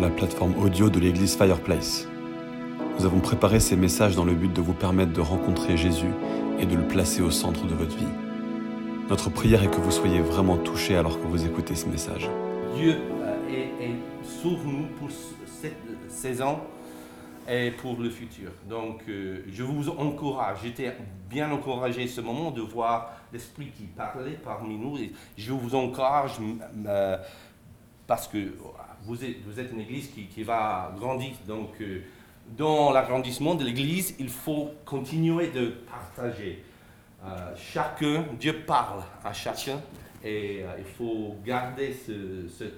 la plateforme audio de l'église Fireplace. Nous avons préparé ces messages dans le but de vous permettre de rencontrer Jésus et de le placer au centre de votre vie. Notre prière est que vous soyez vraiment touchés alors que vous écoutez ce message. Dieu euh, est, est sur nous pour cette saison et pour le futur. Donc, euh, je vous encourage. J'étais bien encouragé ce moment de voir l'Esprit qui parlait parmi nous. Et je vous encourage m- m- euh, parce que vous êtes, vous êtes une église qui, qui va grandir. Donc, euh, dans l'agrandissement de l'église, il faut continuer de partager. Euh, chacun, Dieu parle à chacun et euh, il faut garder ce- cette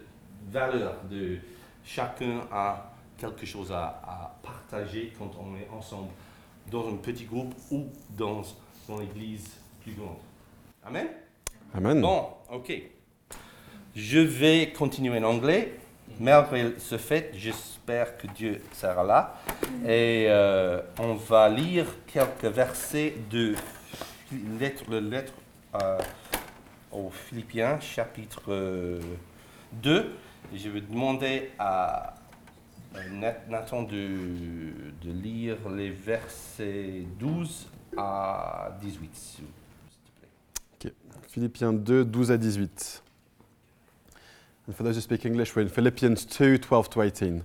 valeur de chacun a quelque chose à, à partager quand on est ensemble dans un petit groupe ou dans, dans l'église plus grande. Amen? Amen. Bon, ok. Je vais continuer en anglais. Malgré ce fait, j'espère que Dieu sera là. Et euh, on va lire quelques versets de lettre, le lettre euh, aux Philippiens, chapitre euh, 2. Et Je vais demander à euh, Nat- Nathan de, de lire les versets 12 à 18, s'il te plaît. Philippiens 2, 12 à 18. And for those who speak English, we're in Philippians 2, 12 to 18.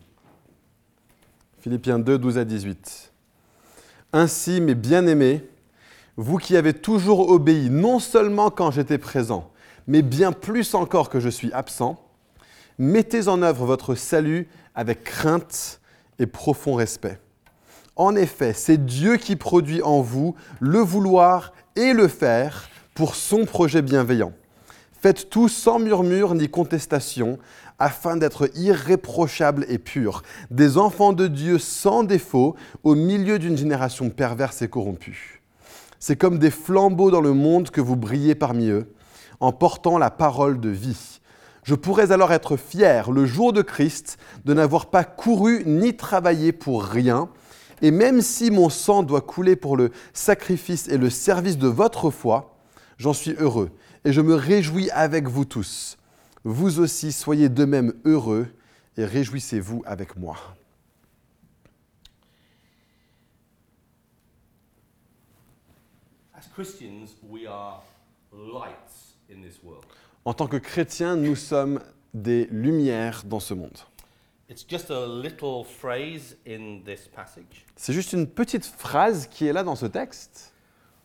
Philippiens 2, 12 à 18. Ainsi, mes bien-aimés, vous qui avez toujours obéi, non seulement quand j'étais présent, mais bien plus encore que je suis absent, mettez en œuvre votre salut avec crainte et profond respect. En effet, c'est Dieu qui produit en vous le vouloir et le faire pour son projet bienveillant. Faites tout sans murmure ni contestation, afin d'être irréprochables et purs, des enfants de Dieu sans défaut, au milieu d'une génération perverse et corrompue. C'est comme des flambeaux dans le monde que vous brillez parmi eux, en portant la parole de vie. Je pourrais alors être fier le jour de Christ de n'avoir pas couru ni travaillé pour rien, et même si mon sang doit couler pour le sacrifice et le service de votre foi, j'en suis heureux et je me réjouis avec vous tous. Vous aussi soyez de même heureux et réjouissez-vous avec moi. As Christians, we are lights in this world. En tant que chrétiens, nous sommes des lumières dans ce monde. It's just a little phrase in this passage. C'est juste une petite phrase qui est là dans ce texte.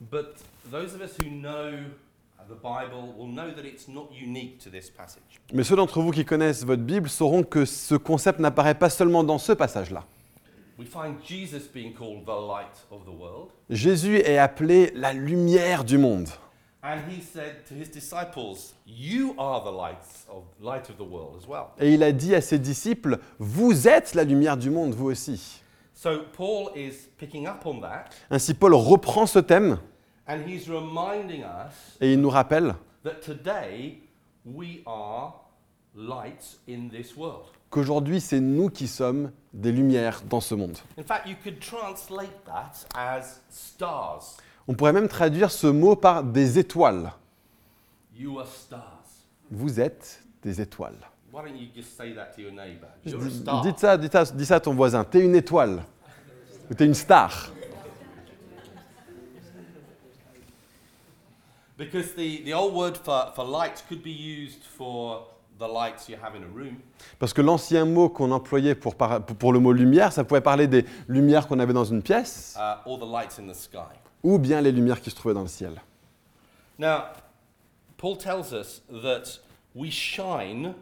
But those of us who know the Bible will know that it's not unique to this passage. Mais ceux d'entre vous qui connaissent votre Bible sauront que ce concept n'apparaît pas seulement dans ce passage-là. We find Jesus being called the light of the world, Jésus est appelé la lumière du monde. and he said to his disciples, "You are the lights of light of the world as well." Et il a dit à ses disciples, vous êtes la lumière du monde, vous aussi. So Paul is picking up on that, Ainsi, Paul reprend ce thème and he's reminding us et il nous rappelle that today we are lights in this world. qu'aujourd'hui, c'est nous qui sommes des lumières dans ce monde. In fact, you could translate that as stars. On pourrait même traduire ce mot par des étoiles. You are stars. Vous êtes des étoiles. Why don't you just say that to your neighbor? Dites You're a star. dites ça, dites ça, dis ça à ton voisin, t'es une étoile. Ou t'es une star. Because the, the old word for, for light could be used for the lights you have in a room. Parce que l'ancien mot qu'on employait pour, par- pour le mot lumière, ça pouvait parler des lumières qu'on avait dans une pièce uh, or the lights in the sky. ou bien les lumières qui se trouvaient dans le ciel. Now, Paul tells us that we shine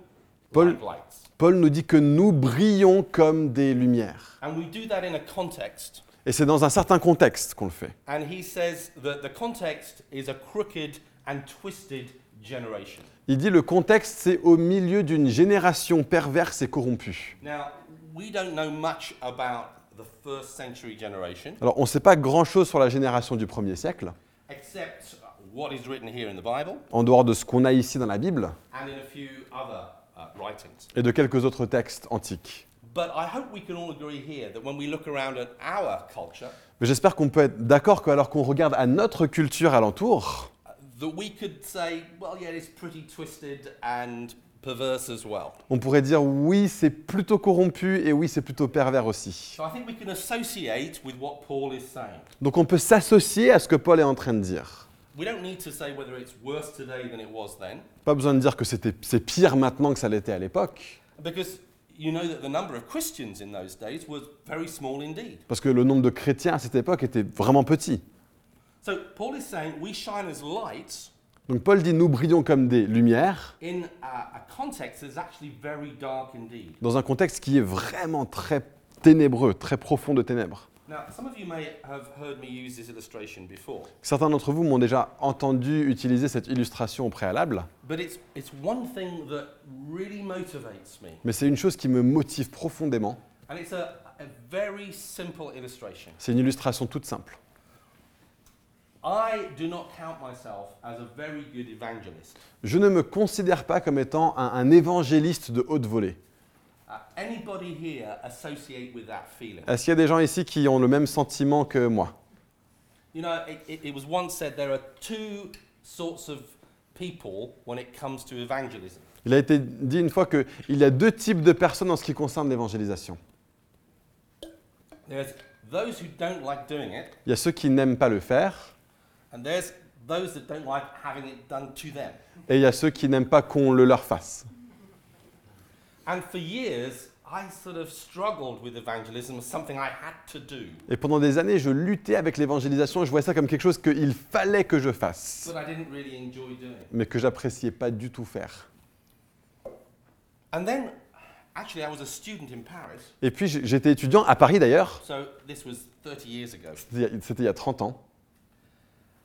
Paul- like lights. Paul nous dit que nous brillons comme des lumières. And we do that in a context. Et c'est dans un certain contexte qu'on le fait. And he says that the context is a crooked and twisted generation. Il dit le contexte, c'est au milieu d'une génération perverse et corrompue. Now, we don't know much about the first century generation, Alors, on ne sait pas grand-chose sur la génération du 1er siècle, except what is written here in the Bible en dehors de ce qu'on a ici dans la Bible and in a few other uh, writings. et de quelques autres textes antiques. But I hope we can all agree here that when we look around at our culture, Mais j'espère qu'on peut être d'accord qu'alors qu'on regarde à notre culture alentour, uh, that we could say, well, yeah, it's pretty twisted and perverse as well. On pourrait dire oui, c'est plutôt corrompu et oui, c'est plutôt pervers aussi. So I think we can associate with what Paul is saying. Donc on peut s'associer à ce que Paul est en train de dire. We don't need to say whether it's worse today than it was then, Pas besoin de dire que c'était- c'est pire maintenant que ça l'était à l'époque, because you know that the number of Christians in those days was very small indeed. parce que le nombre de chrétiens à cette époque était vraiment petit. So Paul is saying we shine as lights Donc Paul dit nous brillons comme des lumières in a, a context that's actually very dark indeed. dans un contexte qui est vraiment très ténébreux, très profond de ténèbres. Now, some of you may have heard me use this illustration before, Certains d'entre vous m'ont déjà entendu utiliser cette illustration au préalable, but it's, it's one thing that really motivates me. mais c'est une chose qui me motive profondément. And it's a, a very simple illustration. C'est une illustration toute simple. I do not count myself as a very good evangelist. Je ne me considère pas comme étant un, un évangéliste de haute volée. Uh, anybody here associate with that feeling? Est-ce qu'il y a des gens ici qui ont le même sentiment que moi You know, it, it, it was once said there are two sorts of people when it comes to evangelism. Il a été dit une fois qu'il y a deux types de personnes en ce qui concerne l'évangélisation. There's those who don't like doing it, Il y a ceux qui n'aiment pas le faire, and there's those that don't like having it done to them. et il y a ceux qui n'aiment pas qu'on le leur fasse. And for years, I sort of struggled with evangelism as something I had to do, Et pendant des années, je luttais avec l'évangélisation et je voyais ça comme quelque chose qu'il fallait que je fasse, but I didn't really enjoy doing. mais que j'appréciais pas du tout faire. And then, actually, I was a student in Paris, Et puis j- j'étais étudiant à Paris d'ailleurs, so this was 30 years ago. c'était il y a- c'était il y a 30 ans.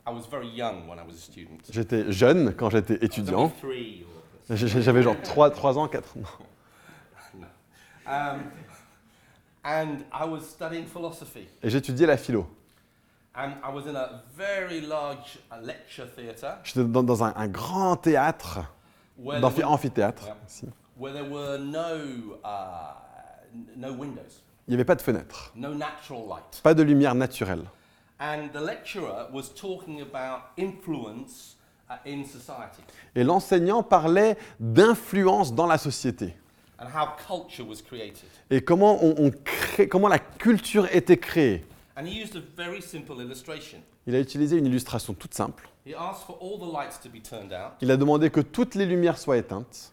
I was very young when I was a student. J'étais jeune quand j'étais I was only étudiant. Three or J- J'avais genre 3, 3 ans, 4 ans. no. um, and I was studying philosophy, Et j'étudiais la philo. and I was in a very large uh, lecture theatre J'étais dans, dans un, un grand théâtre, where, dans there were, amphithéâtre. Ouais. ici. where there were no uh, n- no windows, Il n'y avait pas de fenêtre, no natural light, pas de lumière naturelle. and the lecturer was talking about influence uh, in society Et l'enseignant parlait d'influence dans la société and how culture was created. et comment, on, on crée- comment la culture était créée. And he used a very simple illustration. Il a utilisé une illustration toute simple. He asked for all the lights to be turned out. Il a demandé que toutes les lumières soient éteintes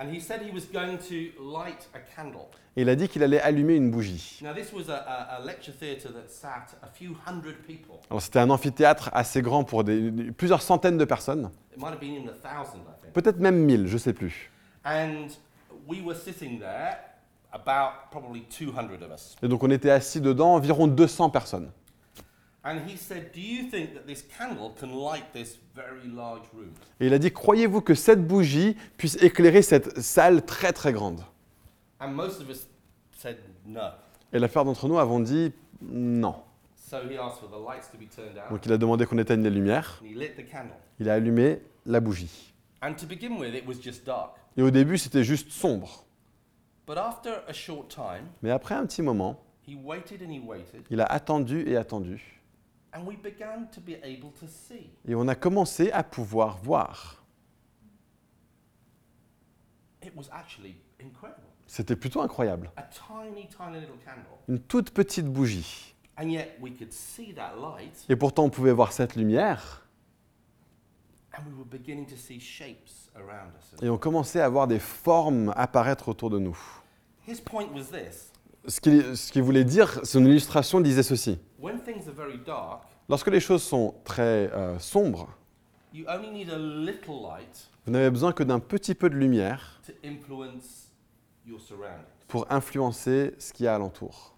And he said he was going to light a candle. et il a dit qu'il allait allumer une bougie. Now, this was a, a, a lecture theatre that sat a few hundred people. Alors c'était un amphithéâtre assez grand pour des- plusieurs centaines de personnes, It might have been in the thousand, I think. peut-être même mille, je sais plus. And we were sitting there, about probably 200 of us. Et donc on était assis dedans environ 200 personnes. And he said, Do you think that this candle can light this very large room? Et il a dit, croyez-vous que cette bougie puisse éclairer cette salle très très grande And most of us said no. Et la plupart d'entre nous avons dit non. So he asked for the lights to be turned out. Donc il a demandé qu'on éteigne les lumières. And he lit the candle. Il a allumé la bougie. And to begin with, it was just dark. Et au début, c'était juste sombre. But after a short time, Mais après un petit moment, he waited and he waited. il a attendu et attendu. And we began to be able to see. Et on a commencé à pouvoir voir. It was actually incredible. C'était plutôt incroyable. A tiny, tiny little candle. Une toute petite bougie. And yet we could see that light Et pourtant, on pouvait voir cette lumière. and we were beginning to see shapes around us. Et on commençait à voir des formes apparaître autour de nous. His point was this Ce qu'il ce qu'il voulait dire, son illustration disait ceci. when things are very dark, Lorsque les choses sont très euh, sombres, you only need a little light vous n'avez besoin que d'un petit peu de lumière to influence your surroundings. pour influencer ce qu'il y a alentour.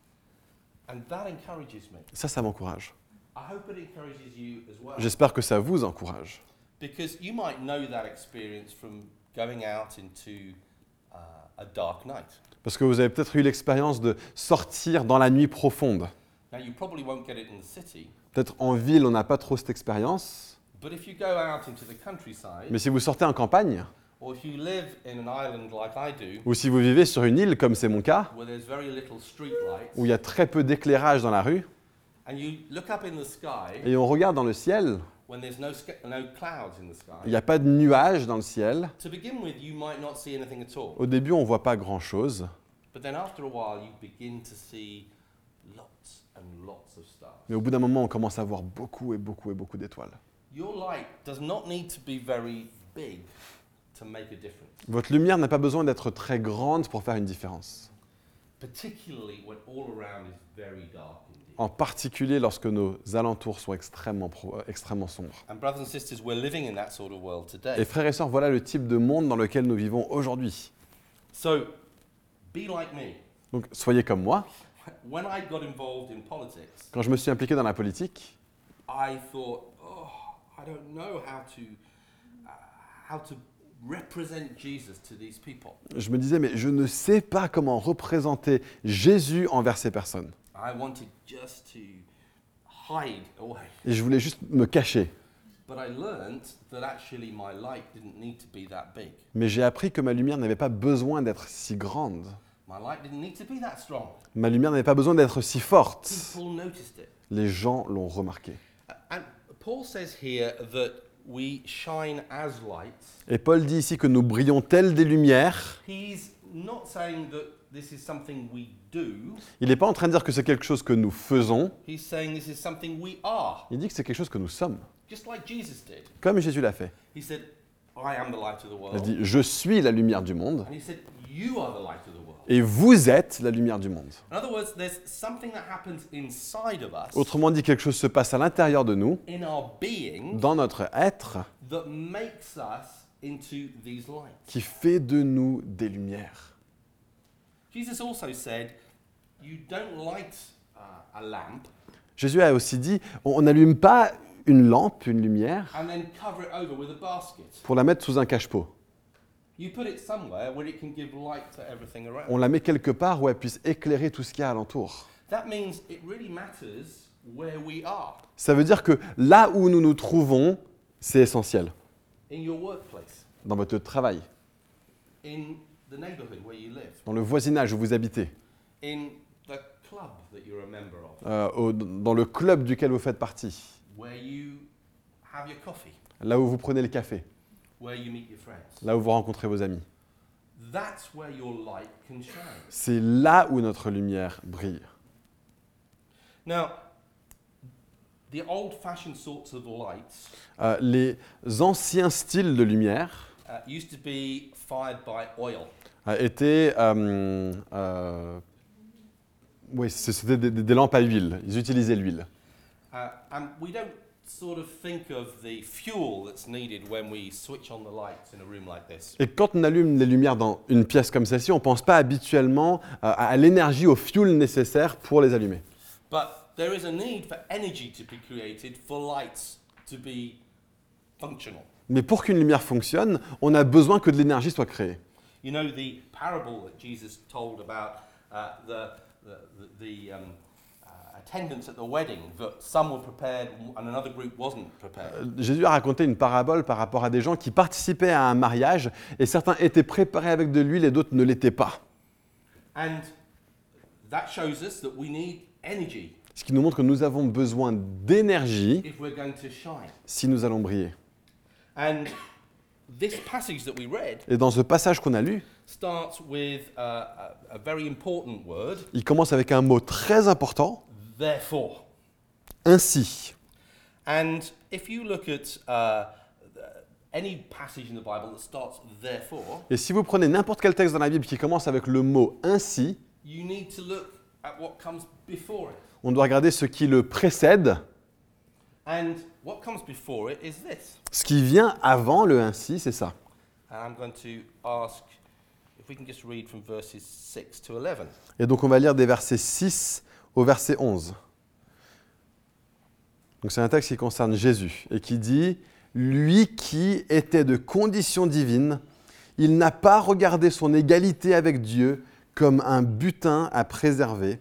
And that encourages me. Ça, ça m'encourage. I hope it encourages you as well. J'espère que ça vous encourage. because you might know that experience from going out into uh, a dark night. Parce que vous avez peut-être eu l'expérience de sortir dans la nuit profonde. Now, you probably won't get it in the city, Peut-être en ville, on n'a pas trop cette expérience. but if you go out into the countryside, Mais si vous sortez en campagne, or if you live in an island like I do, ou si vous vivez sur une île, comme c'est mon cas, where there's very little street où lights, il y a très peu d'éclairage dans la rue, and you look up in the sky, et on regarde dans le ciel, when there's no, sc- no clouds in the sky. Il n'y a pas de nuages dans le ciel. To begin with, you might not see anything at all. Au début, on ne voit pas grand-chose. But then after a while, you begin to see lots and lots of stars. Mais au bout d'un moment, on commence à voir beaucoup et beaucoup et beaucoup d'étoiles. Your light does not need to be very big to make a difference, Votre lumière n'a pas besoin d'être très grande pour faire une différence. particularly when all around is very dark indeed. En particulier lorsque nos alentours sont extrêmement, pro- euh, extrêmement sombres. And brothers and sisters, we're living in that sort of world Et today. frères et sœurs, voilà le type de monde dans lequel nous vivons aujourd'hui. So be like me. Donc soyez comme moi. When I got involved in politics, Quand je me suis impliqué dans la politique, I thought, oh, I don't know how to uh, how to represent Jesus to these people. je me disais, mais je ne sais pas comment représenter Jésus envers ces personnes. I wanted just to hide away. Et je voulais juste me cacher. But I learned that actually my light didn't need to be that big. Mais j'ai appris que ma lumière n'avait pas besoin d'être si grande. My light didn't need to be that strong. Ma lumière n'avait pas besoin d'être si forte. People noticed it. Les gens l'ont remarqué. Uh, And Paul says here that we shine as lights. Et Paul dit ici que nous brillons tels des lumières. He's not saying that this is something we do. Il n'est pas en train de dire que c'est quelque chose que nous faisons. He's saying this is something we are, Il dit que c'est quelque chose que nous sommes, just like Jesus did. comme Jésus l'a fait. He said, I am the light of the Il world. dit Je suis la lumière du monde And he said, You are the light of the world. et vous êtes la lumière du monde. In other words, there's something that happens inside of us, Autrement dit, quelque chose se passe à l'intérieur de nous, in our being, dans notre être, that makes us into these lights. qui fait de nous des lumières. Jesus also said, You don't light uh, a lamp Jésus a aussi dit On on n'allume pas une lampe, une lumière, and then cover it over with a basket. pour la mettre sous un cache-pot. You put it somewhere where it can give light to everything around. On la met quelque part où elle puisse éclairer tout ce qu'il y a alentour. That means it really matters where we are Ça veut dire que là où nous nous trouvons, c'est essentiel. in your workplace, Dans votre travail, in the neighborhood where you live. dans le voisinage où vous habitez, in the club that you're a member of, euh, au- dans le club duquel vous faites partie, where you have your coffee, là où vous prenez le café, where you meet your friends. là où vous rencontrez vos amis. That's where your light can shine. C'est là où notre lumière brille. Now, the old fashioned sorts of lights Euh, les anciens styles de lumière uh, used to be fired by oil. euh, étaient... euh, euh, oui, c- c'était des, des- des lampes à huile. Ils utilisaient l'huile. Uh, and we don't sort of think of the fuel that's needed when we switch on the lights in a room like this. Et quand on allume les lumières dans une pièce comme celle-ci, on ne pense pas habituellement euh, à à l'énergie, au fuel nécessaire pour les allumer. But there is a need for energy to be created for lights to be functional. Mais pour qu'une lumière fonctionne, on a besoin que de l'énergie soit créée. You know the parable that Jesus told about uh, the, the, the, the um, uh, attendance at the wedding, that some were prepared and another group wasn't prepared. Euh, Jésus a raconté une parabole par rapport à des gens qui participaient à un mariage et certains étaient préparés avec de l'huile et d'autres ne l'étaient pas. And that shows us that we need energy Ce qui nous montre que nous avons besoin d'énergie if we're going to shine. si nous allons briller. And this passage that we read Et dans ce passage qu'on a lu, starts with uh, a, a very important word, il commence avec un mot très important, therefore. ainsi. And if you look at uh, any passage in the Bible that starts therefore, Et si vous prenez n'importe quel texte dans la Bible qui commence avec le mot ainsi, you need to look at what comes before it. on doit regarder ce qui le précède. And what comes before it is this. Ce qui vient avant le ainsi, c'est ça. And I'm going to ask if we can just read from verses 6 to 11. Et donc on va lire des versets 6 au verset 11. Donc c'est un texte qui concerne Jésus et qui dit Lui qui était de condition divine, il n'a pas regardé son égalité avec Dieu comme un butin à préserver,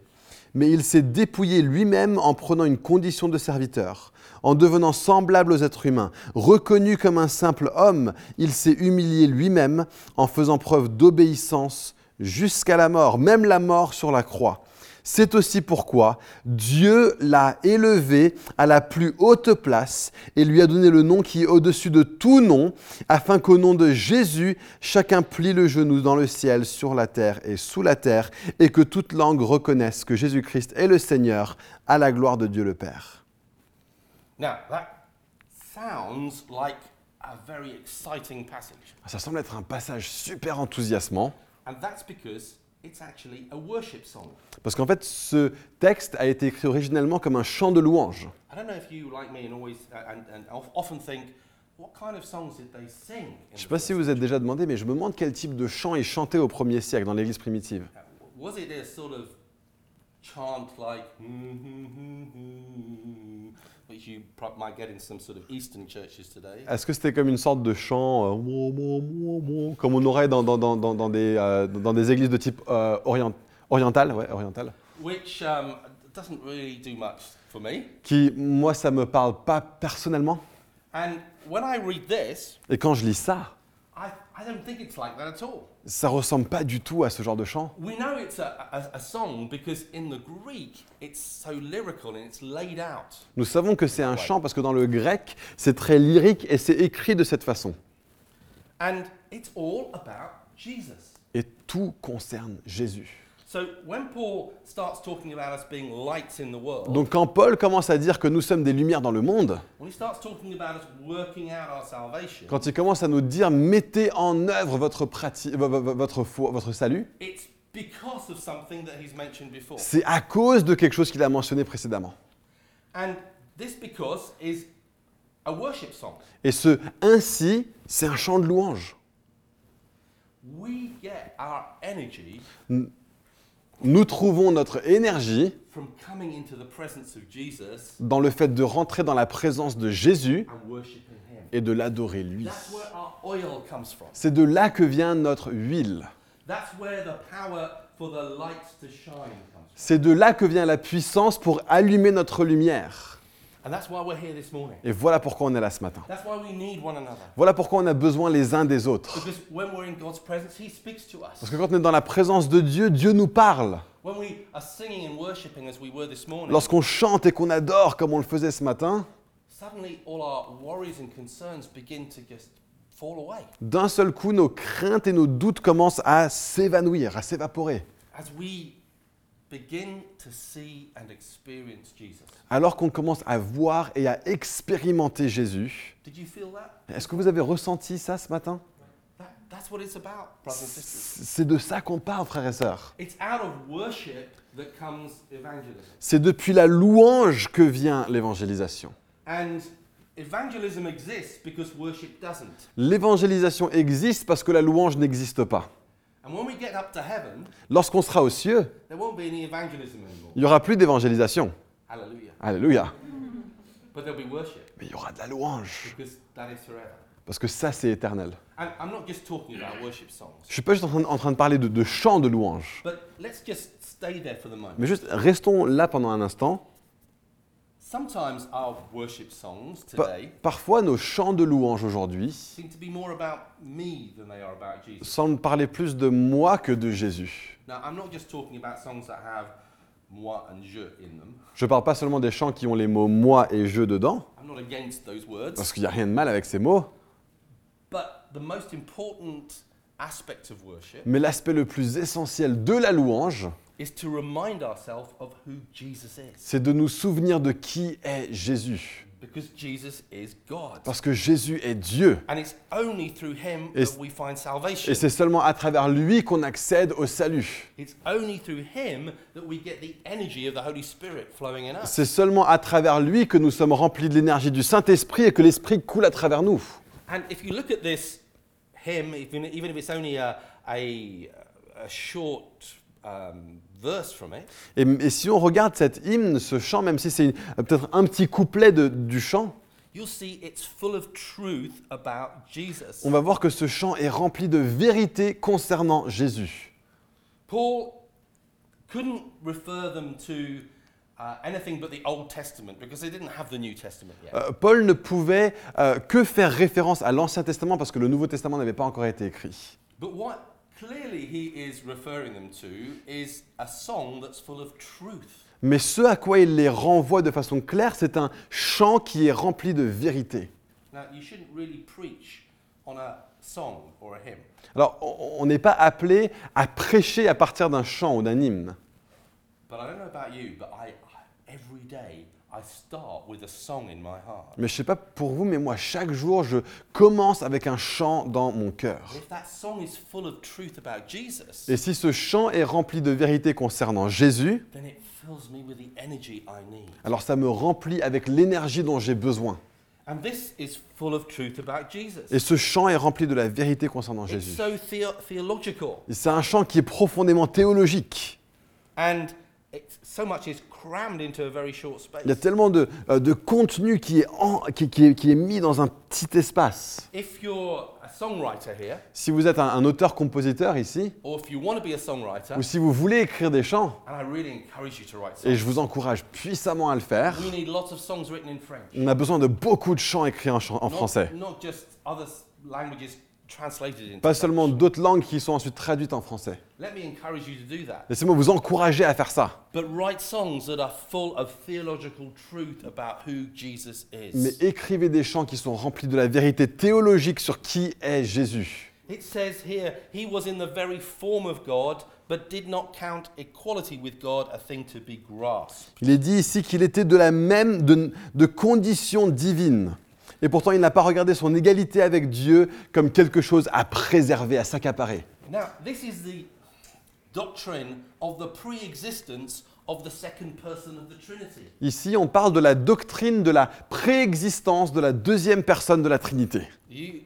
mais il s'est dépouillé lui-même en prenant une condition de serviteur, en devenant semblable aux êtres humains. Reconnu comme un simple homme, il s'est humilié lui-même en faisant preuve d'obéissance jusqu'à la mort, même la mort sur la croix. C'est aussi pourquoi Dieu l'a élevé à la plus haute place et lui a donné le nom qui est au-dessus de tout nom, afin qu'au nom de Jésus, chacun plie le genou dans le ciel, sur la terre et sous la terre, et que toute langue reconnaisse que Jésus-Christ est le Seigneur, à la gloire de Dieu le Père. Now, that sounds like a very exciting passage. Ça semble être un passage super enthousiasmant, And that's because it's actually a worship song. parce qu'en fait, ce texte a été écrit originellement comme un chant de louange. I don't know if you, like me, and always uh, and, and of- often think, what kind of songs did they sing? in Je ne sais the pas si vous vous êtes déjà demandé, mais je me demande quel type de chant est chanté au premier siècle dans l'Église primitive. first- Was it a sort of chant like, "Hmm, which you prob- might get in some sort of Eastern churches today? Est-ce que c'était comme une sorte de chant, euh, mou, mou, mou, mou, comme on aurait dans, dans- dans- dans- dans des, euh, dans des églises de type euh, orient- orientale, ouais, orientale, Which um, doesn't really do much for me. qui, moi, ça me parle pas personnellement. And when I read this, Et quand je lis ça, I, I don't think it's like that at all. ça ressemble pas du tout à ce genre de chant. We know it's a, a, a song because in the Greek it's so lyrical and it's laid out. Nous savons que c'est un chant parce que dans le grec, c'est très lyrique et c'est écrit de cette façon. And it's all about Jesus. Et tout concerne Jésus. So when Paul starts talking about us being lights in the world, Donc quand Paul commence à dire que nous sommes des lumières dans le monde, when he starts talking about us working out our salvation, quand il commence à nous dire mettez en œuvre votre, prati- vo- vo- vo- votre foi- votre salut, it's because of something that he's mentioned before. C'est à cause de quelque chose qu'il a mentionné précédemment. And this because is a worship song. Et ce ainsi, c'est un chant de louange. We get our energy Nous trouvons notre énergie from coming into the presence of Jesus dans le fait de rentrer dans la présence de Jésus and worshiping him. et de l'adorer lui. That's where our oil comes from. C'est de là que vient notre huile. That's where the power for the light to shine comes from. C'est de là que vient la puissance pour allumer notre lumière. And that's why we're here this morning. Et voilà pourquoi on est là ce matin. That's why we need one another. Voilà pourquoi on a besoin les uns des autres. Because when we're in God's presence, He speaks to us. Parce que quand on est dans la présence de Dieu, Dieu nous parle. When we are singing and worshiping as we were this morning, Lorsqu'on chante et qu'on adore comme on le faisait ce matin, suddenly all our worries and concerns begin to just fall away. D'un seul coup, nos craintes et nos doutes commencent à s'évanouir, à s'évaporer, As we begin to see and experience Jesus. alors qu'on commence à voir et à expérimenter Jésus. Did you feel that? Est-ce que vous avez ressenti ça ce matin that that's what it's about, brothers and sisters. C'est de ça qu'on parle, frères et sœurs. It's out of worship that comes evangelism. C'est depuis la louange que vient l'évangélisation. And evangelism exists because worship doesn't. L'évangélisation existe parce que la louange n'existe pas. And when we get up to heaven, Lorsqu'on sera aux cieux, there won't be any evangelism anymore. il n'y aura plus d'évangélisation. Hallelujah. Alléluia. But there'll be worship Mais il y aura de la louange. because that is forever. Parce que ça, c'est éternel. And I'm not just talking about worship songs, Je ne suis pas juste en train, en train de parler de, de chants de louange. but let's just stay there for the moment. Mais juste restons là pendant un instant Sometimes our worship songs Pa- today parfois, nos chants de louange aujourd'hui seem to be more about me than they are about Jesus. semblent parler plus de moi que de Jésus. Now, I'm not just talking about songs that have moi and je in them. Je ne parle pas seulement des chants qui ont les mots moi et je dedans, I'm not against those words. parce qu'il n'y a rien de mal avec ces mots, But the most important aspect of worship mais l'aspect le plus essentiel de la louange, is to remind ourselves of who Jesus is. c'est de nous souvenir de qui est Jésus. Because Jesus is God. Parce que Jésus est Dieu. And it's only through him It's- that we find Et salvation. c'est seulement à travers lui qu'on accède au salut. It's only through him that we get the energy of the Holy Spirit flowing in us. C'est seulement à travers lui que nous sommes remplis de l'énergie du Saint-Esprit et que l'Esprit coule à travers nous. And if you look at this hymn, even, even if it's only a, a, a short um, verse from it, Et, et si on regarde cet hymne, ce chant, même si c'est une- peut-être un petit couplet de- du chant, you'll see it's full of truth about Jesus. on va voir que ce chant est rempli de vérité concernant Jésus. Paul couldn't refer them to uh, anything but the Old Testament because they didn't have the New Testament yet. Euh, Paul ne pouvait euh, que faire référence à l'Ancien Testament parce que le Nouveau Testament n'avait pas encore été écrit. but what clearly he is referring them to is a song that's full of truth. Mais ce à quoi il les renvoie de façon claire, c'est un chant qui est rempli de vérité. Now, you shouldn't really preach on a song or a hymn. Alors, on on n'est pas appelé à prêcher à partir d'un chant ou d'un hymne. But I don't know about you, but I, I every day I start with a song in my heart. Mais je ne sais pas pour vous, mais moi, chaque jour, je commence avec un chant dans mon cœur. And If that song is full of truth about Jesus, Et si ce chant est rempli de vérité concernant Jésus, then it fills me with the energy I need. alors ça me remplit avec l'énergie dont j'ai besoin. And this is full of truth about Jesus. Et ce chant est rempli de la vérité concernant It's Jésus. so theo- theological. Et C'est un chant qui est profondément théologique. And it's, so much is crammed into a very short space. Il y a tellement de, euh, de contenu qui est, en- qui- qui est- qui est mis dans un petit espace. If you're a songwriter here, Si vous êtes un, un auteur-compositeur ici, or if you want to be a ou songwriter, si vous voulez écrire des chants, and I really encourage you to write et songs, je vous encourage puissamment à le faire, we need lots of songs written in French. on a besoin de beaucoup de chants écrits en, chan- en Not- français. Not just other s- languages translated into Pas seulement d'autres langues qui sont ensuite traduites en français. Let me encourage you to do that. Laissez-moi vous encourager à faire ça. But write songs that are full of theological truth about who Jesus is. mais écrivez des chants qui sont remplis de la vérité théologique sur qui est Jésus. It says here, he was in the very form of God, but did not count equality with God a thing to be grasped. Il est dit ici qu'il était de la même, de, de condition divine. Et pourtant, il n'a pas regardé son égalité avec Dieu comme quelque chose à préserver, à s'accaparer. Now, this is the doctrine of the pre existence of the second person of the Trinity. Ici, on parle de la doctrine de la préexistence de la deuxième personne de la Trinité. You,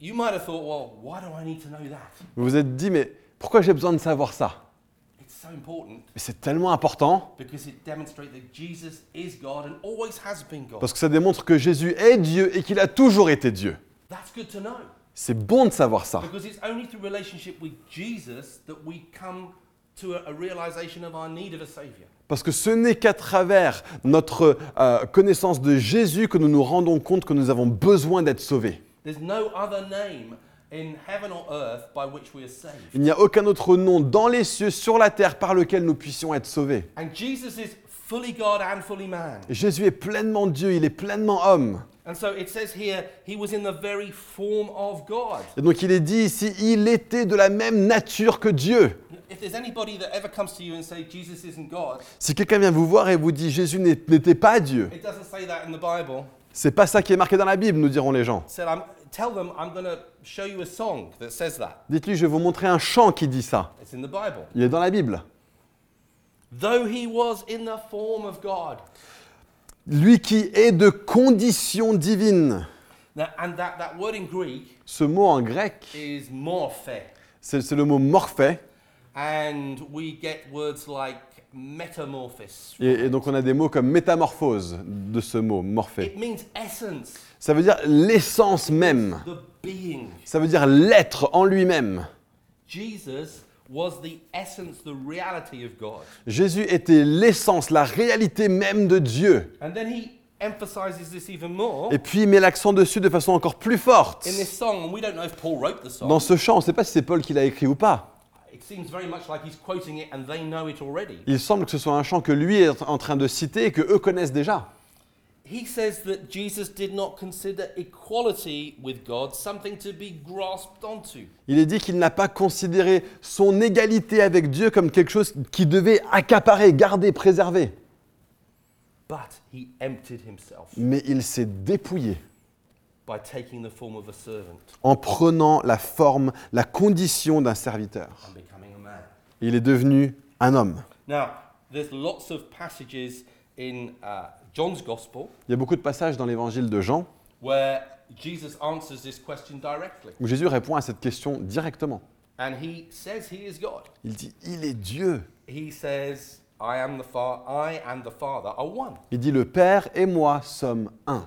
you might have thought, well, why do I need to know that? Vous vous êtes dit, mais pourquoi j'ai besoin de savoir ça It's so important Mais c'est tellement important, because it demonstrates that Jesus is God and always has been God. parce que ça démontre que Jésus est Dieu et qu'il a toujours été Dieu. That's good to know. C'est bon de savoir ça. Because it's only through relationship with Jesus that we come to a, a realization of our need of a Savior. Parce que ce n'est qu'à travers notre euh, connaissance de Jésus que nous nous rendons compte que nous avons besoin d'être sauvés. There's no other name in heaven or earth by which we are saved. Il n'y a aucun autre nom dans les cieux, sur la terre, par lequel nous puissions être sauvés. And Jesus is fully God and fully man. Jésus est pleinement Dieu, il est pleinement homme. And so it says here, he was in the very form of God. Et donc il est dit ici, il était de la même nature que Dieu. If there's anybody that ever comes to you and say Jesus isn't God, Si quelqu'un vient vous voir et vous dit Jésus n'est- n'était pas Dieu, it doesn't say that in the Bible. c'est pas ça qui est marqué dans la Bible, nous diront les gens. Said, I'm, tell them I'm going to show you a song that says that. Dites-lui, je vais vous montrer un chant qui dit ça. It's in the Bible. Il est dans la Bible. Though he was in the form of God. Lui qui est de condition divine. Now, and that, that word in Greek Ce mot en grec, is morphe. C'est c'est le mot morphée. And we get words like metamorphosis. Et, et donc on a des mots comme métamorphose de ce mot, morphée. It means essence, Ça veut dire l'essence même. the being. Ça veut dire l'être en lui-même. Jesus was the essence, the reality of God. Jésus était l'essence, la réalité même de Dieu. And then he emphasizes this even more Et puis il met l'accent dessus de façon encore plus forte. in this song. And we don't know if Paul wrote the song. Dans ce chant, on ne sait pas si c'est Paul qui l'a écrit ou pas. It seems very much like he's quoting it and they know it already. Il semble que ce soit un chant que lui est en train de citer et que eux connaissent déjà. He says that Jesus did not consider equality with God something to be grasped onto. Il est dit qu'il n'a pas considéré son égalité avec Dieu comme quelque chose qui devait accaparer, garder, préserver. But he emptied himself Mais il s'est dépouillé. by taking the form of a servant en prenant la forme, la condition d'un serviteur. and becoming a man. Il est devenu un homme. Now, there's lots of passages in uh, John's Gospel Il y a beaucoup de passages dans l'évangile de Jean where Jesus answers this question directly. où Jésus répond à cette question directement. And he says he is God. Il dit il est Dieu. He says, I am the Father, I and the Father are one. Il dit le Père et moi sommes un.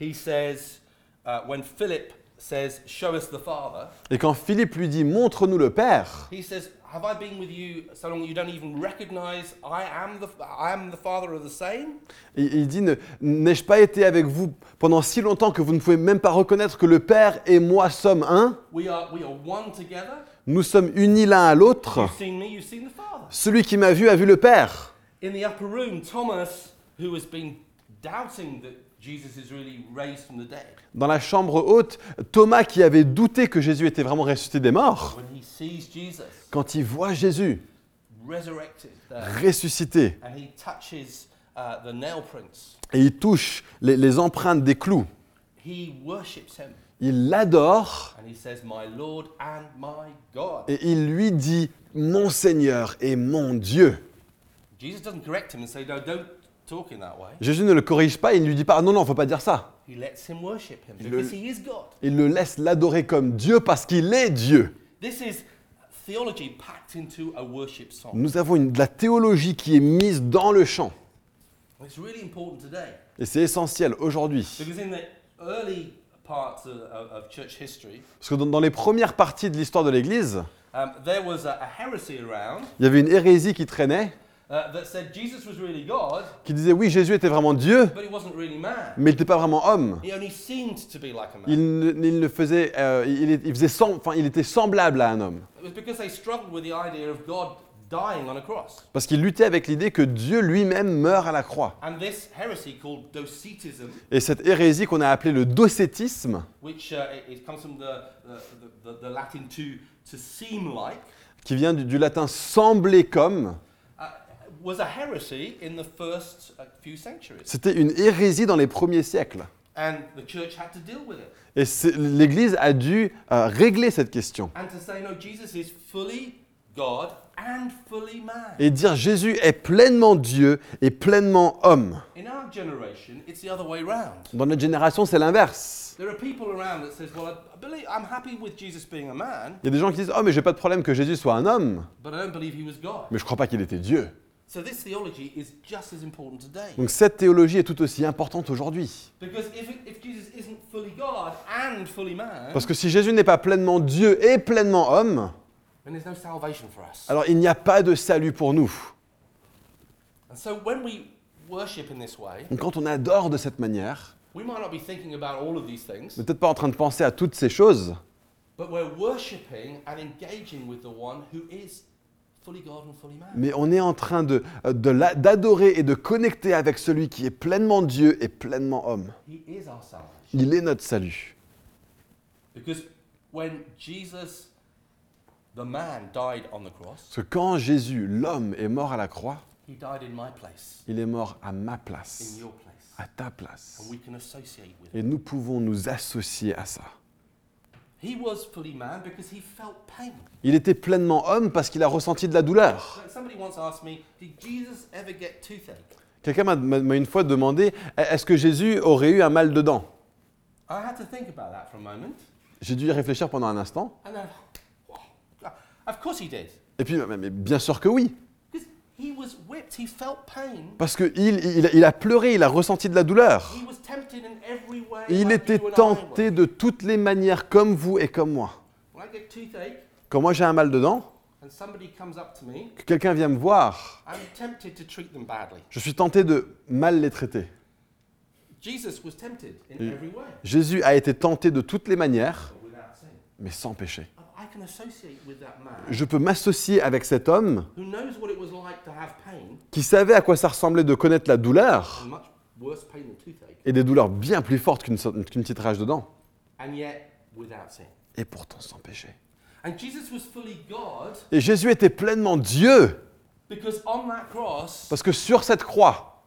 He says, uh, when Philip says, Show us the Father, Et quand Philippe lui dit Montre-nous le Père, he says, Have I been with you so long you don't even recognize I am the, I am the Father of the same? et il dit Ne- N'ai-je pas été avec vous pendant si longtemps que vous ne pouvez même pas reconnaître que le Père et moi sommes un We are, we are one together. Nous sommes unis l'un à l'autre. You've seen me, you've seen the Father. Celui qui m'a vu a vu le Père. In the upper room, Thomas, who has been doubting that Jesus is really raised from the dead, Dans la chambre haute, Thomas qui avait douté que Jésus était vraiment ressuscité des morts, when he sees Jesus quand il voit Jésus resurrected there, ressuscité and he touches uh, the nail prints, et il touche les, les empreintes des clous, he worships him il l'adore and he says, My Lord and my God. et il lui dit Mon Seigneur et mon Dieu. Jesus doesn't correct him and say, No, don't talk in that way. Jésus ne le corrige pas, il ne lui dit pas Non, non, faut pas dire ça. He lets him worship him Le- because he is God. Il le laisse l'adorer comme Dieu parce qu'il est Dieu. This is theology packed into a worship song. Nous avons une- de la théologie qui est mise dans le chant It's really important today et c'est essentiel aujourd'hui. because in the early parts of, of, of church history, Parce que dans, dans les premières parties de l'histoire de l'Église, um, there was a, a heresy around il y avait une hérésie qui traînait, uh, that said Jesus was really God, qui disait oui, Jésus était vraiment Dieu, but he wasn't really man. mais il n'était pas vraiment homme. He only seemed to be like a man. Il, ne- il ne faisait, euh, il, il faisait sem- enfin, il était semblable à un homme. It was because they struggled with the idea of God dying on a cross. Parce qu'il luttait avec l'idée que Dieu lui-même meurt à la croix. And this heresy called docetism, Et cette hérésie qu'on a appelée le docétisme, which uh, it, it comes from the, the, the, the Latin to, to seem like, qui vient du, du latin sembler comme, uh, was a heresy in the first uh, few centuries. c'était une hérésie dans les premiers siècles. And the church had to deal with it Et c'est- l'Église a dû euh, régler cette question and to say, no, Jesus is fully God and fully man. et dire Jésus est pleinement Dieu et pleinement homme. in our generation, it's the other way round. Dans notre génération, c'est l'inverse. There are people around that says, well, I- I believe I'm happy with Jesus being a man, Il y a des gens qui disent Oh, mais j'ai pas de problème que Jésus soit un homme, but I don't believe he was God. mais je crois pas qu'il était Dieu. So this theology is just as important today. Donc cette théologie est tout aussi importante aujourd'hui. Because if, if Jesus isn't fully God and fully man, Parce que si Jésus n'est pas pleinement Dieu et pleinement homme, then there's no salvation for us. alors il n'y a pas de salut pour nous. And so when we worship in this way, Donc quand on adore de cette manière, we might not be thinking about all of these things, on n'est peut-être pas en train de penser à toutes ces choses, but we're worshiping and engaging with the one who is fully God and fully man. mais on est en train de- euh, de la- d'adorer et de connecter avec celui qui est pleinement Dieu et pleinement homme. He is our salvation. Il est notre salut. Because when Jesus, the man, died on the cross, Parce que quand Jésus, l'homme, est mort à la croix, he died in my place, il est mort à ma in place, your place. à ta place. And we can associate with him. Et nous pouvons nous associer à ça. He was fully man because he felt pain. Il était pleinement homme parce qu'il a ressenti de la douleur. Like, Somebody once asked me, did Jesus ever get toothache? Quelqu'un m'a- m'a m'a une fois demandé «Eh, est-ce que Jésus aurait eu un mal de dents I had to think about that for a moment, J'ai dû y réfléchir pendant un instant. and then, wow, of course he did, Et puis, mais- mais bien sûr que oui. because he was whipped, he felt pain, Parce qu'il il, il a pleuré, il a ressenti de la douleur. he was tempted in every way. Et il like était you and I tenté were. de toutes les manières, comme vous et comme moi. When I get toothache Quand moi j'ai un mal de dents, and somebody comes up to me, que quelqu'un vient me voir, I'm tempted to treat them badly. je suis tenté de mal les traiter. Jesus was tempted in Mm. every way, Jésus a été tenté de toutes les manières, but without sin. mais sans péché. I can associate with that man Je peux m'associer avec cet homme who knows what it was like to have pain, qui savait à quoi ça ressemblait de connaître la douleur, and much worse pain than toothache, et des douleurs bien plus fortes qu'une sorte- qu'une petite rage de dents, and yet without sin. et pourtant sans péché. And Jesus was fully God Et Jésus était pleinement Dieu, because on that cross, parce que sur cette croix,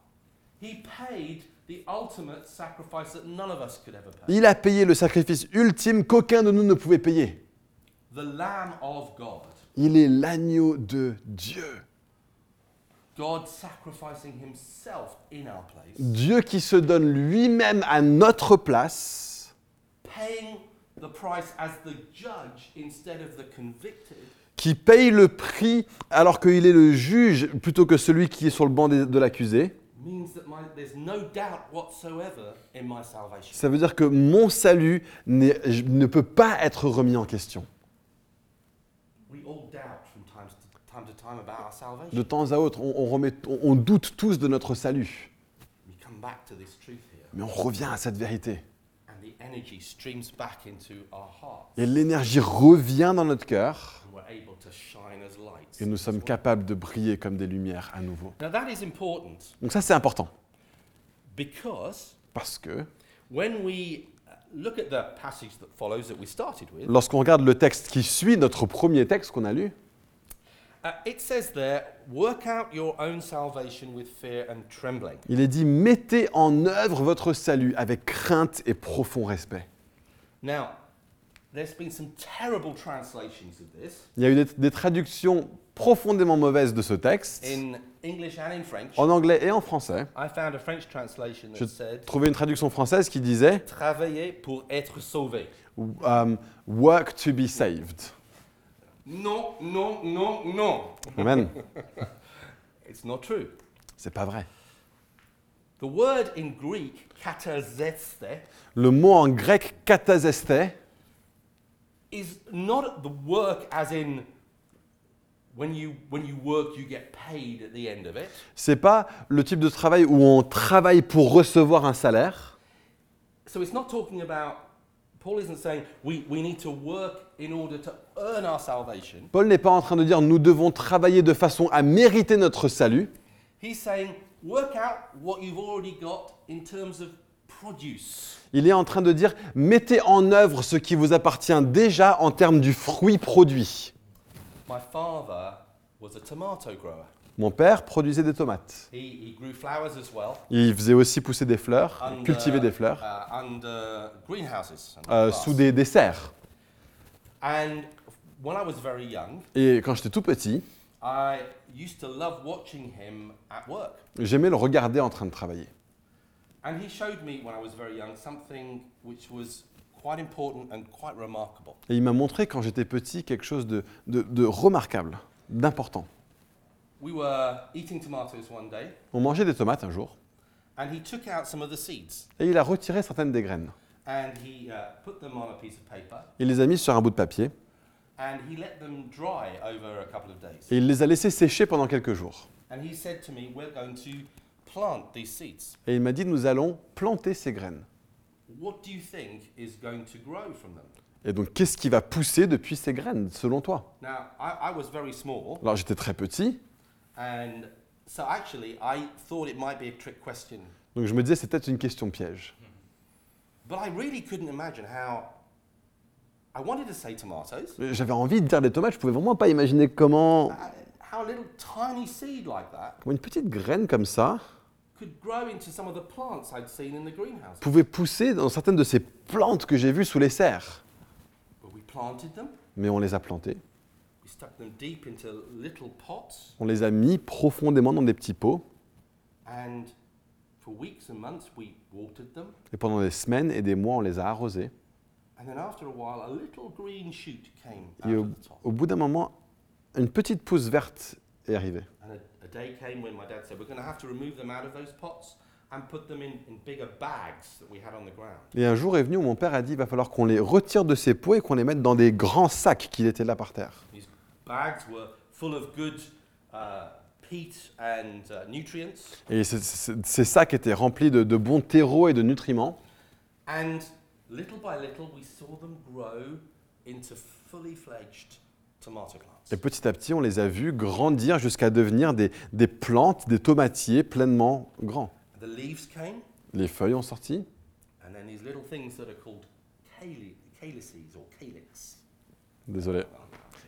he paid the ultimate sacrifice that none of us could ever pay. il a payé le sacrifice ultime qu'aucun de nous ne pouvait payer. The Lamb of God. Il est l'agneau de Dieu. God sacrificing himself in our place, Dieu qui se donne lui-même à notre place, paying the price as the judge instead of the convicted, qui paye le prix alors qu'il est le juge plutôt que celui qui est sur le banc des- de l'accusé, means that my, there's no doubt whatsoever in my salvation. Ça veut dire que mon salut n'est- je- ne peut pas être remis en question. We all doubt from time to time, to time about our salvation. De temps à autre, on, on remet- on- on doute tous de notre salut. We come back to this truth here, Mais on revient à cette vérité. and the energy streams back into our hearts, Et l'énergie revient dans notre cœur. and we're able to shine as lights. Et nous sommes capables de briller comme des lumières à nouveau. Now that is important Donc ça, c'est important. because Parce que when we uh, look at the passage that follows that we started with, lorsqu'on regarde le texte qui suit notre premier texte qu'on a lu, uh, it says there, "Work out your own salvation with fear and trembling." il est dit Mettez en œuvre votre salut avec crainte et profond respect. Now, there's been some terrible translations of this Il y a eu des, des traductions profondément mauvaises de ce texte, in English and in French. en anglais et en français. I found a French translation that Je said, trouvais une traduction française qui disait travailler pour être sauvé. um, Work to be saved. Non, non, non, non. Amen. It's not true. C'est pas vrai. The word in Greek, katarzeste, Le mot en grec katazesté, is not the work as in when you, when you work, you get paid at the end of it. C'est pas le type de travail où on travaille pour recevoir un salaire. So it's not talking about, Paul isn't saying we, we need to work in order to earn our salvation. Paul n'est pas en train de dire nous devons travailler de façon à mériter notre salut. He's saying work out what you've already got in terms of produce. Il est en train de dire mettez en œuvre ce qui vous appartient déjà en termes du fruit produit. My father was a tomato grower. Mon père produisait des tomates. He, he grew flowers as well. Il faisait aussi pousser des fleurs, under- cultiver des fleurs, uh, under greenhouses. and euh, glass. sous des, des serres. And when I was very young, Et quand j'étais tout petit, I used to love watching him at work. j'aimais le regarder en train de travailler. And he showed me when I was very young something which was quite important and quite remarkable. Et il m'a montré quand j'étais petit quelque chose de- de- de remarquable, d'important. We were eating tomatoes one day, On mangeait des tomates un jour. and he took out some of the seeds Et il a retiré certaines des graines. and he uh, put them on a piece of paper Il les a mises sur un bout de papier and he let them dry over a couple of days. et il les a laissées sécher pendant quelques jours. And he said to me, We're going to plant these seeds. Et il m'a dit nous allons planter ces graines. What do you think is going to grow from them? Et donc qu'est-ce qui va pousser depuis ces graines selon toi Now, I, I was very small, Alors j'étais très petit, and so actually I thought it might be a trick question, donc je me disais c'est peut-être une question piège. but I really couldn't imagine how. I wanted to say tomatoes. Mais J'avais envie de dire des tomates, je pouvais vraiment pas imaginer comment, uh, How a little tiny seed like that comment une petite graine comme ça could grow into some of the plants I'd seen in the greenhouse. pouvait pousser dans certaines de ces plantes que j'ai vues sous les serres. But we planted them, Mais on les a plantées, we stuck them deep into little pots, on les a mis profondément dans des petits pots and for weeks and months we watered them. et pendant des semaines et des mois on les a arrosées. And then after a while, a little green shoot came out Et au, of the top. au bout d'un moment, une petite pousse verte est arrivée. And a, a day came when my dad said, We're going to have to remove them out of those pots and put them in, in bigger bags that we had on the ground. Et un jour est venu où mon père a dit il va falloir qu'on les retire de ces pots et qu'on les mette dans des grands sacs qui étaient là par terre. These bags were full of good uh, peat and uh, nutrients. Et ces- ces ces sacs étaient remplis de, de bons terreaux et de nutriments. And little by little, we saw them grow into fully fledged tomato Et plants. petit à petit, on les a vus grandir jusqu'à devenir des, des plantes, des tomatiers pleinement grands. The leaves came, Les feuilles ont sorti. and then these little things that are called cali- calices or calyx. Désolé.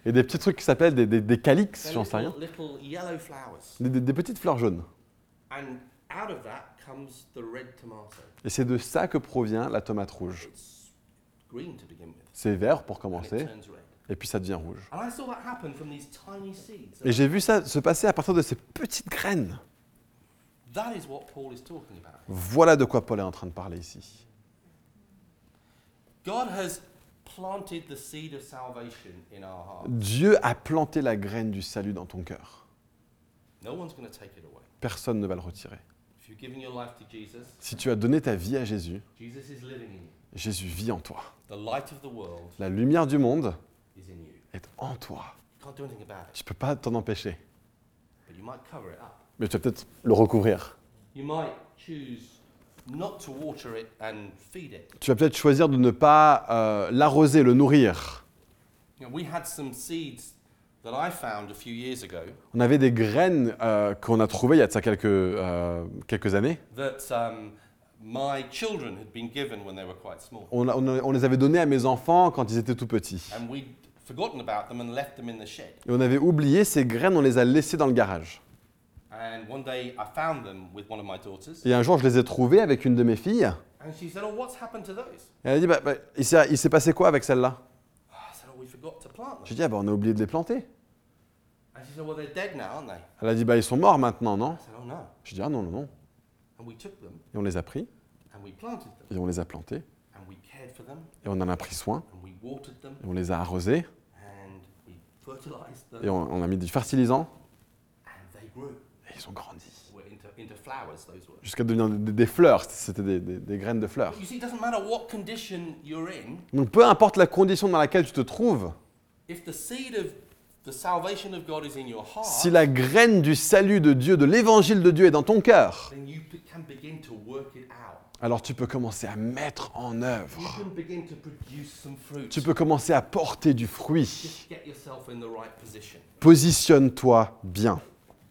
Et des petits trucs qui s'appellent des, des, des calyx, They're j'en sais rien. little, little yellow flowers. Des- des- des petites fleurs jaunes. And out of that comes the red tomato. Et c'est de ça que provient la tomate rouge. It's green to begin with. C'est vert pour And commencer, it turns red. et puis ça devient rouge. And I saw that happen from these tiny seeds. Et j'ai vu ça se passer à partir de ces petites graines. That is what Paul is talking about. Voilà de quoi Paul est en train de parler ici. God has planted the seed of salvation in our heart. Dieu a planté la graine du salut dans ton cœur. No one's going to take it away. Personne ne va le retirer. If If you've given your life to Jesus, Si tu as donné ta vie à Jésus, Jesus is living in you. Jésus vit en toi. The light of the world La lumière du monde is in you. You est en toi. can't do anything about it, Tu ne peux pas t'en empêcher. but you might cover it up. Mais tu vas peut-être le recouvrir. You might choose not to water it and feed it. Tu vas peut-être choisir de ne pas euh, l'arroser, le nourrir. You know, we had some seeds that I found a few years ago On avait des graines euh, qu'on a trouvées il y a de ça quelques, euh, quelques années. that um, my children had been given when they were quite small. On, a- on a- on les avait données à mes enfants quand ils étaient tout petits. And we'd forgotten about them and left them in the shed. Et on avait oublié ces graines, on les a laissées dans le garage. And one day I found them with one of my daughters. Et un jour, je les ai trouvées avec une de mes filles. And she said, Oh, what's happened to those? Et elle a dit, bah, bah, il s'est il s'est passé quoi avec celle-là I said, Oh, we forgot to plant them. J'ai dit, ah, bah, on a oublié de les planter. And she said, Well, they're dead now, aren't they? I Elle a dit, bah, ils sont morts maintenant, non said, Oh, no. J'ai dit, ah non, non, non. And we took them Et on les a pris, and we planted them et on les a plantés, and we cared for them et on en a pris soin, and we watered them et on les a arrosés, and we fertilized them et on, on a mis du fertilisant, and they grew. et ils ont grandi. Were into, into flowers, those were. Jusqu'à devenir des, des fleurs, c'était des, des- des graines de fleurs. But you see, it doesn't matter what condition you're in, Donc peu importe la condition dans laquelle tu te trouves, if the seed of the salvation of God is in your heart, si la graine du salut de Dieu, de l'évangile de Dieu est dans ton cœur, then you p- can begin to work it out. alors tu peux commencer à mettre en You œuvre. can begin to produce some fruit. Tu peux commencer à porter du fruit. Just get yourself in the right position. Positionne-toi bien.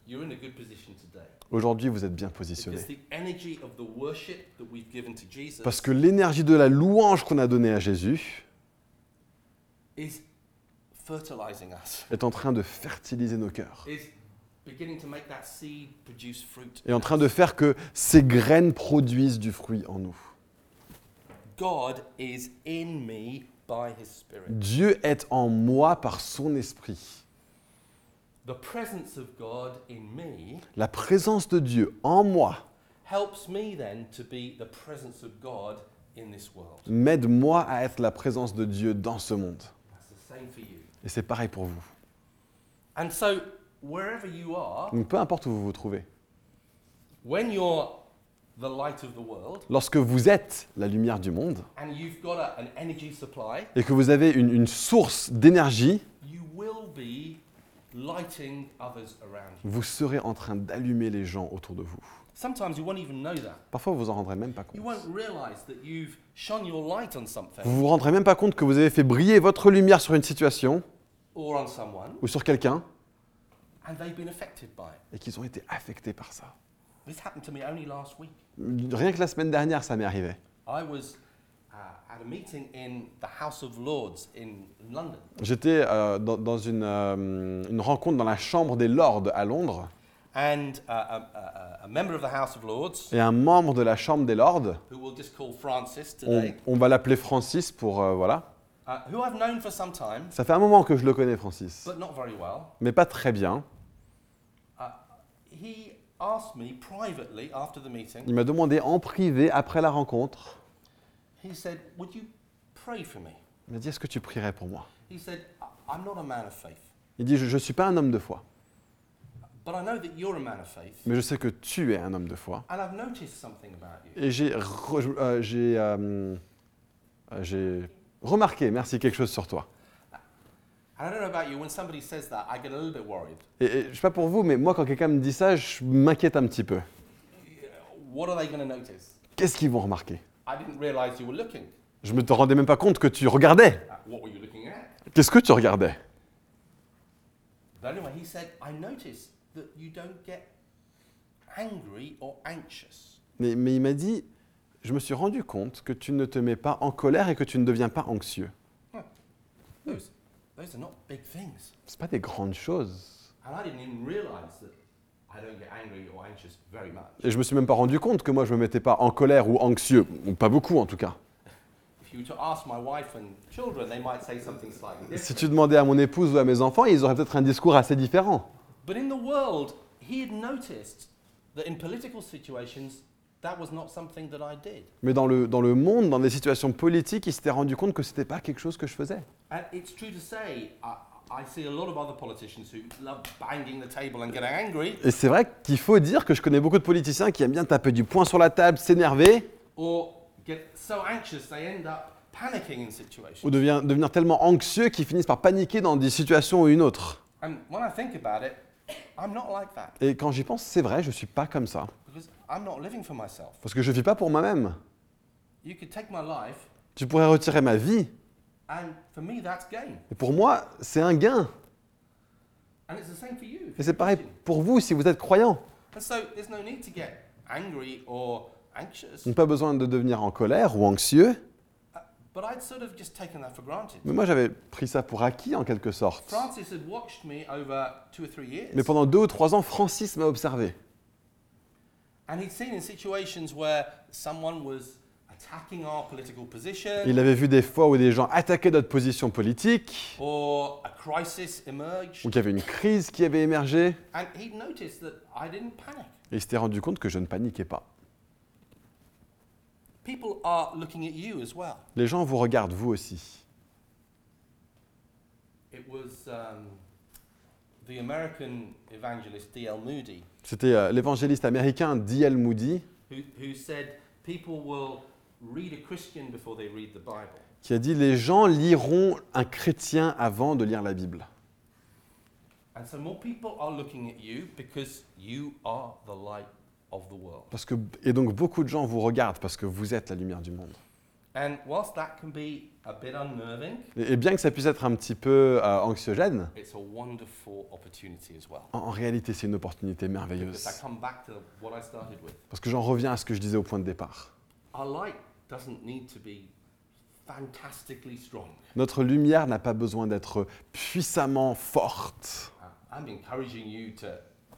You're in a good position today. Aujourd'hui, vous êtes bien positionné. Because the energy of the worship that we've given to Jesus Parce que l'énergie de la louange qu'on a donnée à Jésus is fertilizing us, est en train de fertiliser nos cœurs. is beginning to make that seed produce fruit. Est en train de faire que ces graines produisent du fruit en nous. God is in me by his Spirit. Dieu est en moi par son esprit. The presence of God in me La présence de Dieu en moi helps me then to be the presence of God in this world. m'aide-moi à être la présence de Dieu dans ce monde. That's the same for you. Et c'est pareil pour vous. And so, wherever you are, Donc peu importe où vous vous trouvez, when you're the light of the world lorsque vous êtes la lumière du monde and you've got a, an energy supply, et que vous avez une, une source d'énergie, you will be lighting others around you. vous serez en train d'allumer les gens autour de vous. Sometimes you won't even know that. Parfois, vous vous en rendrez même pas compte. You won't realize that you've shone your light on something Vous vous rendrez même pas compte que vous avez fait briller votre lumière sur une situation or on someone ou sur quelqu'un and they've been affected by it. et qu'ils ont été affectés par ça. This happened to me only last week. Rien que la semaine dernière, ça m'est arrivé. I was uh, at a meeting in the House of Lords in London, J'étais euh, dans, dans une, euh, une rencontre dans la Chambre des Lords à Londres and uh, a, a- a member of the House of Lords, et un membre de la Chambre des Lords, who we'll just call Francis on, today, on va l'appeler Francis pour... euh, voilà. uh, who I've known for some time, Ça fait un moment que je le connais, Francis, but not very well, mais pas très bien. uh, he asked me privately after the meeting, Il m'a demandé en privé, après la rencontre, he said, Would you pray for me? il m'a dit, est-ce que tu prierais pour moi He said, "I- I'm not a man of faith, Il dit, je ne suis pas un homme de foi, but I know that you're a man of faith, mais je sais que tu es un homme de foi. and I've noticed something about you. Et j'ai re- euh, j'ai, euh, euh, j'ai remarqué, merci, quelque chose sur toi. And I don't know about you, when somebody says that, I get a little bit worried. Et, et je sais pas pour vous, mais moi, quand quelqu'un me dit ça, je m'inquiète un petit peu. What are they going to notice? Qu'est-ce qu'ils vont remarquer I didn't realize you were looking. Je me te rendais même pas compte que tu regardais. Uh, What were you looking at? Qu'est-ce que tu regardais But anyway, he said, I noticed that you don't get angry or anxious. mais, mais il m'a dit, je me suis rendu compte que tu ne te mets pas en colère et que tu ne deviens pas anxieux. Those, those are not big things. C'est pas des grandes choses. And I didn't even realize that I don't get angry or anxious very much. Et je me suis même pas rendu compte que moi, je me mettais pas en colère ou anxieux, ou pas beaucoup en tout cas. If you were to ask my wife and children, they might say something slightly Si different. tu demandais à mon épouse ou à mes enfants, ils auraient peut-être un discours assez différent. But in the world, he had noticed that in political situations, that was not something that I did. Mais dans le, dans le monde, dans des situations politiques, il s'était rendu compte que ce n'était pas quelque chose que je faisais. And it's true to say, I, I see a lot of other politicians who love banging the table and getting angry, Et c'est vrai qu'il faut dire que je connais beaucoup de politiciens qui aiment bien taper du poing sur la table, s'énerver, or get so anxious they end up panicking in ou situations. devient- devenir tellement anxieux qu'ils finissent par paniquer dans des situations ou une autre. And when I think about it, I'm not like that Et quand j'y pense, c'est vrai, je ne suis pas comme ça. because I'm not living for myself. Parce que je ne vis pas pour moi-même. You could take my life, Tu pourrais retirer ma vie. and for me, that's gain. Et pour moi, c'est un gain. And it's the same for you. if Et you're c'est pareil Christian. pour vous si vous êtes croyant. And so there's no need to get angry or anxious. Donc pas besoin de devenir en colère ou anxieux. Uh, But I'd sort of just taken that for granted. Mais moi, j'avais pris ça pour acquis en quelque sorte. Francis had watched me over two or three years. Mais pendant deux ou trois ans, Francis m'a observé. And he'd seen in situations where someone was attacking our political position Il avait vu des fois où des gens attaquaient notre position politique, or a crisis emerged. ou qu'il y avait une crise qui avait émergé. And he'd noticed that I didn't panic. Et il s'était rendu compte que je ne paniquais pas. People are looking at you as well. Les gens vous regardent, vous aussi. It was um, the American evangelist D.L. Moody C'était euh, l'évangéliste américain D.L. Moody who, who said people will read a Christian before they read the Bible. qui a dit Les gens liront un chrétien avant de lire la Bible. And so more people are looking at you because you are the light of the world. Parce que, et donc beaucoup de gens vous regardent parce que vous êtes la lumière du monde. And whilst that can be a bit unnerving, Et, et bien que ça puisse être un petit peu euh, anxiogène, it's a wonderful opportunity as well. en, en réalité, c'est une opportunité merveilleuse. Because I come back to what I started with. Parce que j'en reviens à ce que je disais au point de départ. Our light doesn't need to be fantastically strong. Notre lumière n'a pas besoin d'être puissamment forte. Uh, I'm encouraging you to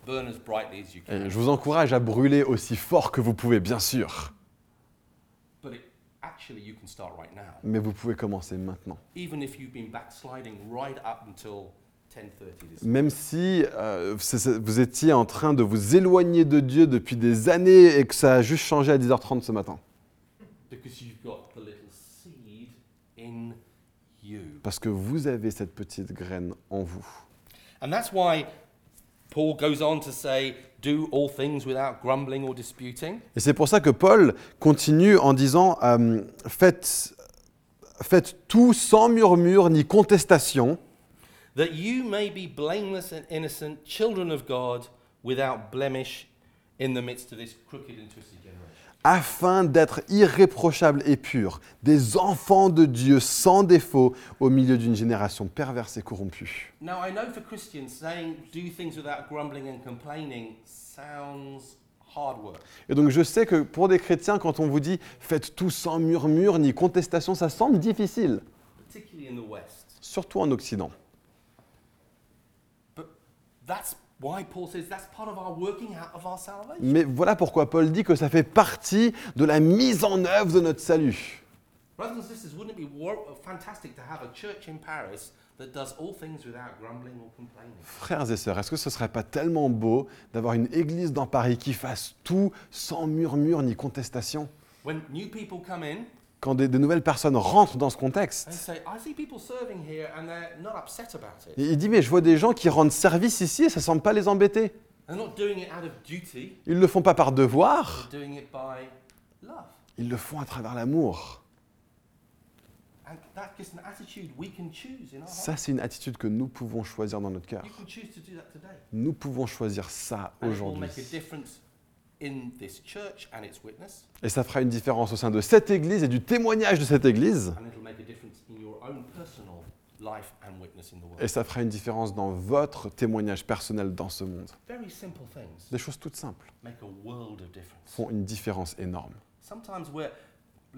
burn as brightly as you Et can. je vous encourage à brûler aussi fort que vous pouvez, bien sûr. But it, actually, you can start right now. Mais vous pouvez commencer maintenant. Even if you've been backsliding right up until 10:30 this Même si euh, c'est- c'est- vous étiez en train de vous éloigner de Dieu depuis des années et que ça a juste changé à 10h30 ce matin. because you've got the little seed in you. Parce que vous avez cette petite graine en vous. And that's why Paul goes on to say, do all things without grumbling or disputing. Et c'est pour ça que Paul continue en disant euh, faites, faites tout sans murmure ni contestation, that you may be blameless and innocent, children of God, without blemish, in the midst of this crooked and twisted generation. afin d'être irréprochables et purs, des enfants de Dieu sans défaut au milieu d'une génération perverse et corrompue. Now, I know for Christians, saying do things without grumbling and complaining sounds hard work. Et donc je sais que pour des chrétiens, quand on vous dit faites tout sans murmure ni contestation, ça semble difficile, particularly in the West. surtout en Occident. But that's why Paul says that's part of our working out of our salvation. Mais voilà pourquoi Paul dit que ça fait partie de la mise en œuvre de notre salut. Brothers and sisters, wouldn't it be wor- fantastic to have a church in Paris that does all things without grumbling or complaining? Frères et sœurs, est-ce que ce serait pas tellement beau d'avoir une église dans Paris qui fasse tout sans murmure ni contestation When new people come in, Quand des, des nouvelles personnes rentrent dans ce They contexte, say, I see people serving here and they're not upset about it. et il dit mais je vois des gens qui rendent service ici et ça semble pas les embêter. They're not doing it out of duty, Ils le font pas par they're devoir, doing it by love. ils le font à travers l'amour. And that's just an attitude we can choose in our heart. Ça, c'est une attitude que nous pouvons choisir dans notre cœur. You can choose to do that today. Nous pouvons choisir ça And it will aujourd'hui. make a difference in this church and its witness, Et ça fera une différence au sein de cette Église et du témoignage de cette Église. and it'll make a difference in your own personal life and witness in the world. Et ça fera une différence dans votre témoignage personnel dans ce monde. Very simple things Des choses toutes simples make a world of difference. font une différence énorme. Sometimes we're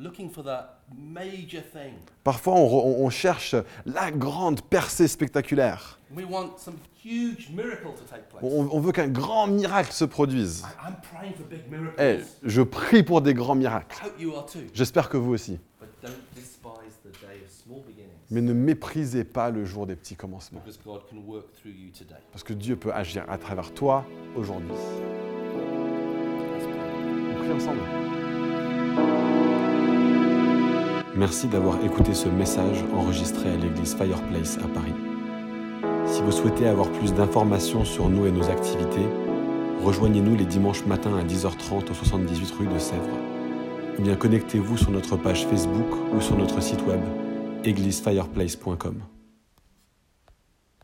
looking for the major thing. Parfois, on, re- on- on cherche la grande percée spectaculaire. We want some huge miracle to take place. On, on veut qu'un grand miracle se produise. I- I'm praying for big Eh, miracles. je prie pour des grands miracles. I hope you are too. J'espère que vous aussi. But don't despise the day of small beginnings Mais ne méprisez pas le jour des petits commencements. because God can work through you today. Parce que Dieu peut agir à travers toi aujourd'hui. Let's pray. Merci d'avoir écouté ce message enregistré à l'église Fireplace à Paris. Si vous souhaitez avoir plus d'informations sur nous et nos activités, rejoignez-nous les dimanches matins à 10h30 au 78 rue de Sèvres. Ou bien connectez-vous sur notre page Facebook ou sur notre site web églisefireplace.com.